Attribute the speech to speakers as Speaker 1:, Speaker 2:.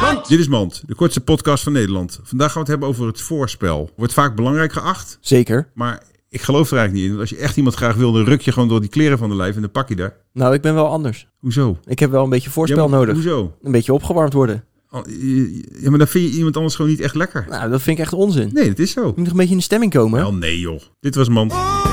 Speaker 1: Mand!
Speaker 2: Dit is Mand, de kortste podcast van Nederland. Vandaag gaan we het hebben over het voorspel. Wordt vaak belangrijk geacht,
Speaker 1: Zeker.
Speaker 2: maar ik geloof er eigenlijk niet in. Want als je echt iemand graag wil, dan ruk je gewoon door die kleren van de lijf en dan pak je daar.
Speaker 1: Nou, ik ben wel anders.
Speaker 2: Hoezo?
Speaker 1: Ik heb wel een beetje voorspel
Speaker 2: Ja, maar
Speaker 1: nodig.
Speaker 2: Hoezo?
Speaker 1: Een beetje opgewarmd worden.
Speaker 2: Al- je- je- Ja, maar dan vind je iemand anders gewoon niet echt lekker.
Speaker 1: Nou, dat vind ik echt onzin. Je
Speaker 2: Nee, dat is zo.
Speaker 1: moet nog een beetje in de stemming komen.
Speaker 2: Wel nee joh. Dit was Mand.